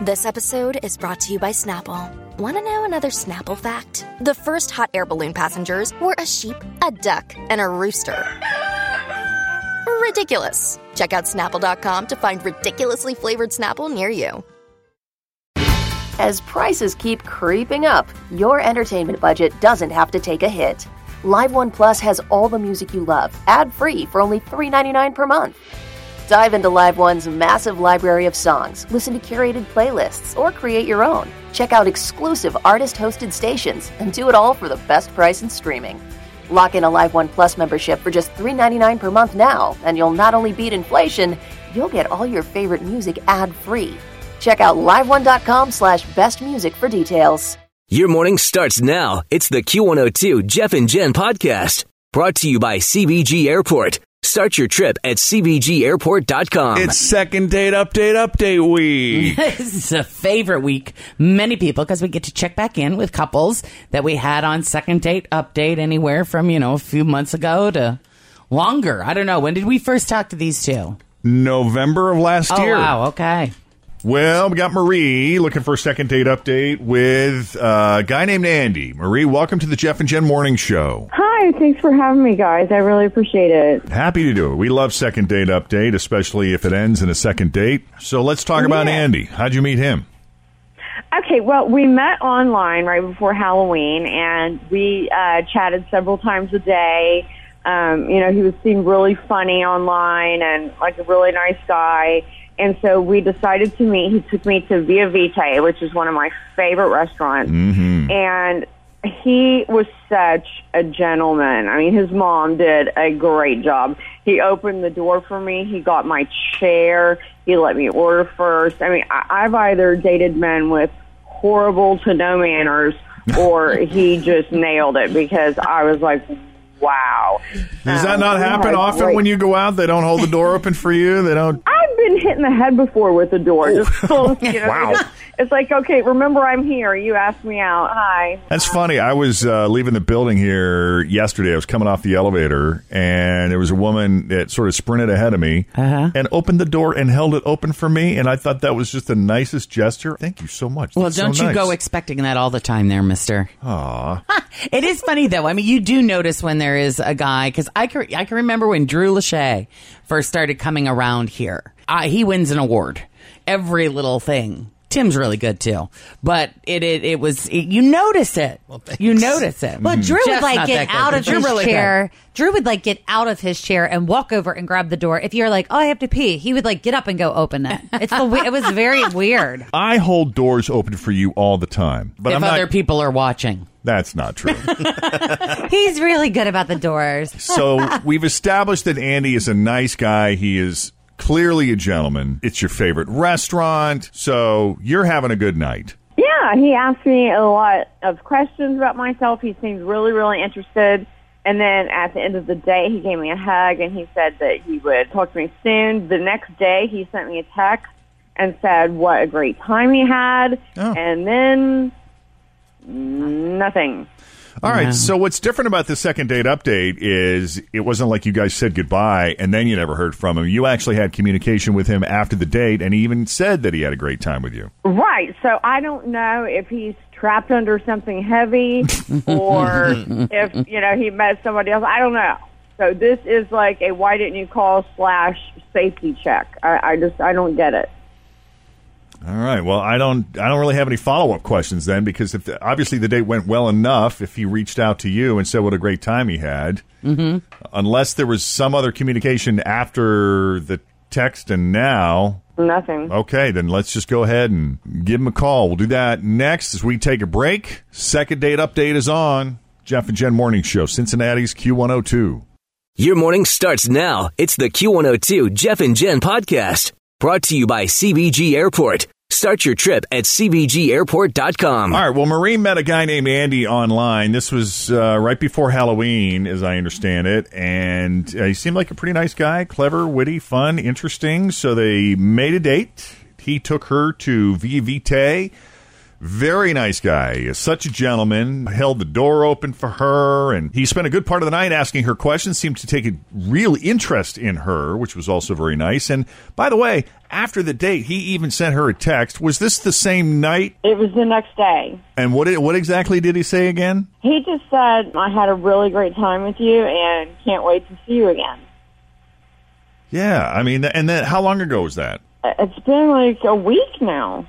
This episode is brought to you by Snapple. Want to know another Snapple fact? The first hot air balloon passengers were a sheep, a duck, and a rooster. Ridiculous. Check out snapple.com to find ridiculously flavored Snapple near you. As prices keep creeping up, your entertainment budget doesn't have to take a hit. Live One Plus has all the music you love, ad free for only $3.99 per month. Dive into Live One's massive library of songs, listen to curated playlists, or create your own. Check out exclusive artist hosted stations and do it all for the best price in streaming. Lock in a Live One Plus membership for just $3.99 per month now, and you'll not only beat inflation, you'll get all your favorite music ad free. Check out liveone.com slash best music for details. Your morning starts now. It's the Q102 Jeff and Jen podcast brought to you by CBG Airport. Start your trip at CBGAirport.com. It's second date update update week. this is a favorite week. Many people, because we get to check back in with couples that we had on second date update anywhere from, you know, a few months ago to longer. I don't know. When did we first talk to these two? November of last Oh, year. wow. Okay. Well, we got Marie looking for a second date update with uh, a guy named Andy. Marie, welcome to the Jeff and Jen Morning Show. Hi, thanks for having me, guys. I really appreciate it. Happy to do it. We love second date update, especially if it ends in a second date. So let's talk about Andy. How'd you meet him? Okay, well, we met online right before Halloween, and we uh, chatted several times a day. Um, you know, he was seemed really funny online and like a really nice guy. And so we decided to meet. He took me to Via Vitae, which is one of my favorite restaurants. And he was such a gentleman. I mean, his mom did a great job. He opened the door for me. He got my chair. He let me order first. I mean, I, I've either dated men with horrible to no manners or he just nailed it because I was like, wow. Does that Oh, Um, not we happen had often great- when you go out? They don't hold the door open for you. They don't. I've been hit in the head before with the door. Just, you know, Wow. just- it's like, okay, remember I'm here. You asked me out. Hi. That's funny. I was uh, leaving the building here yesterday. I was coming off the elevator, and there was a woman that sort of sprinted ahead of me Uh-huh. and opened the door and held it open for me. And I thought that was just the nicest gesture. Thank you so much. Well, That's so don't you nice. go expecting that all the time there, mister. It is funny though. I mean, you do notice when there is a guy because I can I can remember when Drew Lachey first started coming around here. Uh, he wins an award every little thing. Tim's really good too, but it it, it was it, you notice it. you notice it. Mm-hmm. Well, Drew Hmm. Jeff's would not like that get good, out but of Drew his really chair. Drew would like get out of his chair and walk over and grab the door. If you're like, oh, I have to pee, he would like get up and go open it. It's the we- it was very weird. I hold doors open for you all the time, but if I'm not. other people are watching, that's not true. He's really good about the doors. so we've established that Andy is a nice guy. He is clearly a gentleman. It's your favorite restaurant, so you're having a good night. Yeah, he asked me a lot of questions about myself. He seemed really, really interested. And then at the end of the day, he gave me a hug and he said that he would talk to me soon. The next day, he sent me a text and said what a great time he had. Oh. And then mm, nothing. All right. So what's different about the second date update is it wasn't like you guys said goodbye and then you never heard from him. You actually had communication with him after the date, and he even said that he had a great time with you. Right. So I don't know if he's trapped under something heavy or if, you know, he met somebody else. I don't know. So this is like a why didn't you call slash safety check. I, I just, I don't get it. All right. Well, I don't. I don't really have any follow up questions then because if obviously the date went well enough, if he reached out to you and said what a great time he had, unless there was some other communication after the text and now, Nothing. Okay, then let's just go ahead and give him a call. We'll do that next as we take a break. Second date update is on. Jeff and Jen Morning Show, Cincinnati's Q102. Your morning starts oh now. It's the Q102 Jeff and Jen podcast brought to you by CBG Airport. Start your trip at CBGAirport.com. All right. Well, Marie met a guy named Andy online. This was uh, right before Halloween, as I understand it. And uh, he seemed like a pretty nice guy clever, witty, fun, interesting. So they made a date. He took her to Via Vitae. Very nice guy. Such a gentleman. Held the door open for her. And he spent a good part of the night asking her questions, seemed to take a real interest in her, which was also very nice. And by the way, after the date, he even sent her a text. Was this the same night? It was the next day. And what did- what exactly did he say again? He just said, I had a really great time with you and can't wait to see you again. Yeah, I mean, and then how long ago was that? It's been like a week now.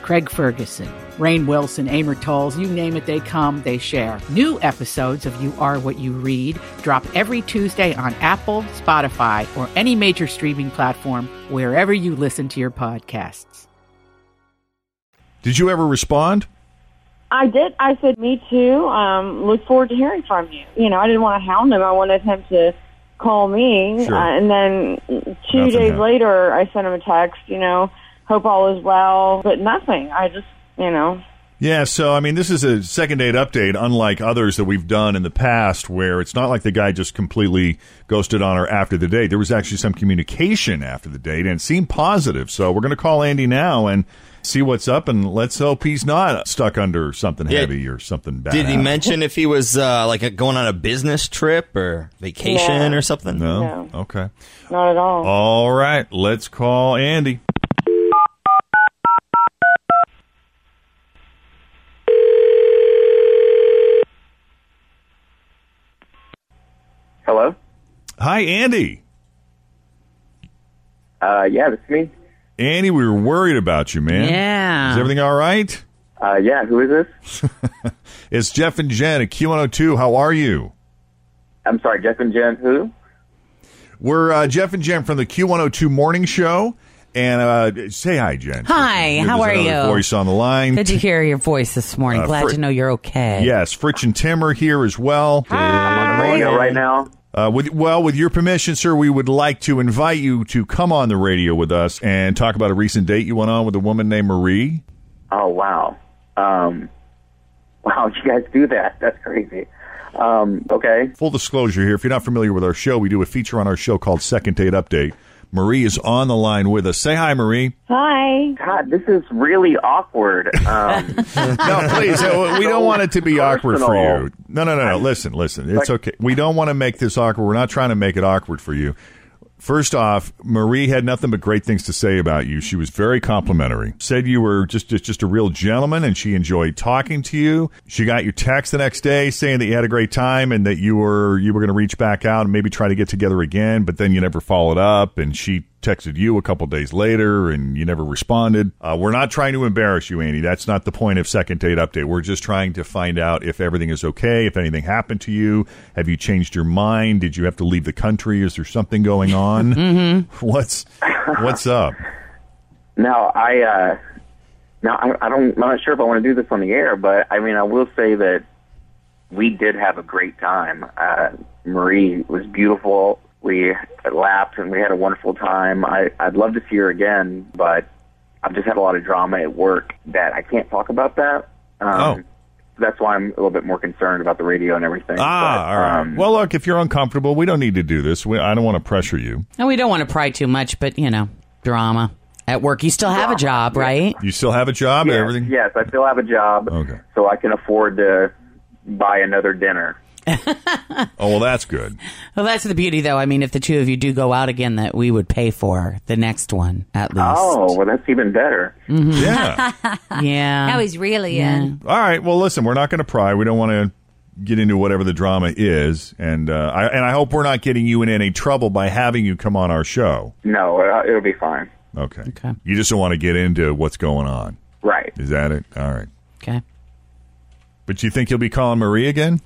Craig Ferguson, Rain Wilson, Amor Tolls, you name it, they come, they share. New episodes of You Are What You Read drop every Tuesday on Apple, Spotify, or any major streaming platform wherever you listen to your podcasts. Did you ever respond? I did. I said, me too. Um, look forward to hearing from you. You know, I didn't want to hound him. I wanted him to call me. Sure. Uh, and then two Nothing days happened. later, I sent him a text, you know, hope all is well, but nothing. I just, you know, Yeah, so I mean, this is a second date update, unlike others that we've done in the past, where it's not like the guy just completely ghosted on her after the date. There was actually some communication after the date, and it seemed positive. So we're going to call Andy now and see what's up, and let's hope he's not stuck under something Yeah. heavy or something bad. Did he mention if he was uh, like a, going on a business trip or vacation No. or something? No. Okay. not at all. All right, let's call Andy. Hello? Hi, Andy. Uh, yeah, that's me. Andy, we were worried about you, man. Yeah. Is everything all right? Uh, yeah, who is this? It's Jeff and Jen at Q102. How are you? I'm sorry, Jeff and Jen, who? We're uh, Jeff and Jen from the Q102 Morning Show. And uh, say hi, Jen. Hi, There's how are another you? Voice on the line. Good to hear your voice this morning. Uh, Glad Fri- to know you're okay. Yes, Fritch and Tim are here as well. I'm on the radio right now. Uh, with, well, with your permission, sir, we would like to invite you to come on the radio with us and talk about a recent date you went on with a woman named Marie. Oh, wow. Um, wow, you guys do that. That's crazy. Um, okay. Full disclosure here if you're not familiar with our show, we do a feature on our show called Second Date Update. Marie is on the line with us. Say hi, Marie. Hi. God, this is really awkward. Um, no, please. uh, We don't want it to be awkward for you. No, no, no, no. Listen, listen. It's okay. We don't want to make this awkward. We're not trying to make it awkward for you. First off, Marie had nothing but great things to say about you. She was very complimentary. Said you were just just, just a real gentleman, and she enjoyed talking to you. She got your text the next day saying that you had a great time and that you were you were going to reach back out and maybe try to get together again. But then you never followed up, and she texted you a couple days later and you never responded. Uh, we're not trying to embarrass you, Andy. That's not the point of second date update. We're just trying to find out if everything is okay, if anything happened to you. Have you changed your mind? Did you have to leave the country? Is there something going on? mm-hmm. What's what's up? now, I, uh, now I, I don't, I'm not sure if I want to do this on the air, but I mean, I will say that we did have a great time. Uh, Marie was beautiful. We laughed and we had a wonderful time. I, I'd love to see her again, but I've just had a lot of drama at work that I can't talk about that. Oh. Um, That's why I'm a little bit more concerned about the radio and everything. Ah, all right. um, well, look, if you're uncomfortable, we don't need to do this. We, I don't want to pressure you. And we don't want to pry too much, but you know, drama at work. You still have a job, right? You still have a job yes, and everything? Yes, I still have a job, Okay. so I can afford to buy another dinner. Oh, well, that's good. Well, that's the beauty, though. I mean, if the two of you do go out again, that we would pay for the next one at least. Oh, well, that's even better. Yeah. yeah. Oh, Now he's really in. All right. Well, listen, we're not going to pry. We don't want to get into whatever the drama is, and uh, I and I hope we're not getting you in any trouble by having you come on our show. No, uh, it'll be fine. Okay. Okay. You just don't want to get into what's going on. Right. Is that it? All right. Okay. But you think you'll be calling Marie again?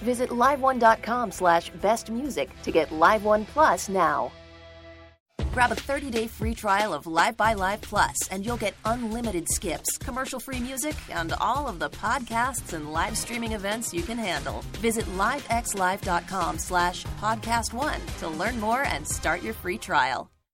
Visit liveone.com slash bestmusic to get Live One Plus now. Grab a 30-day free trial of Live by Live Plus, and you'll get unlimited skips, commercial-free music, and all of the podcasts and live streaming events you can handle. Visit livexlive.com slash podcast one to learn more and start your free trial.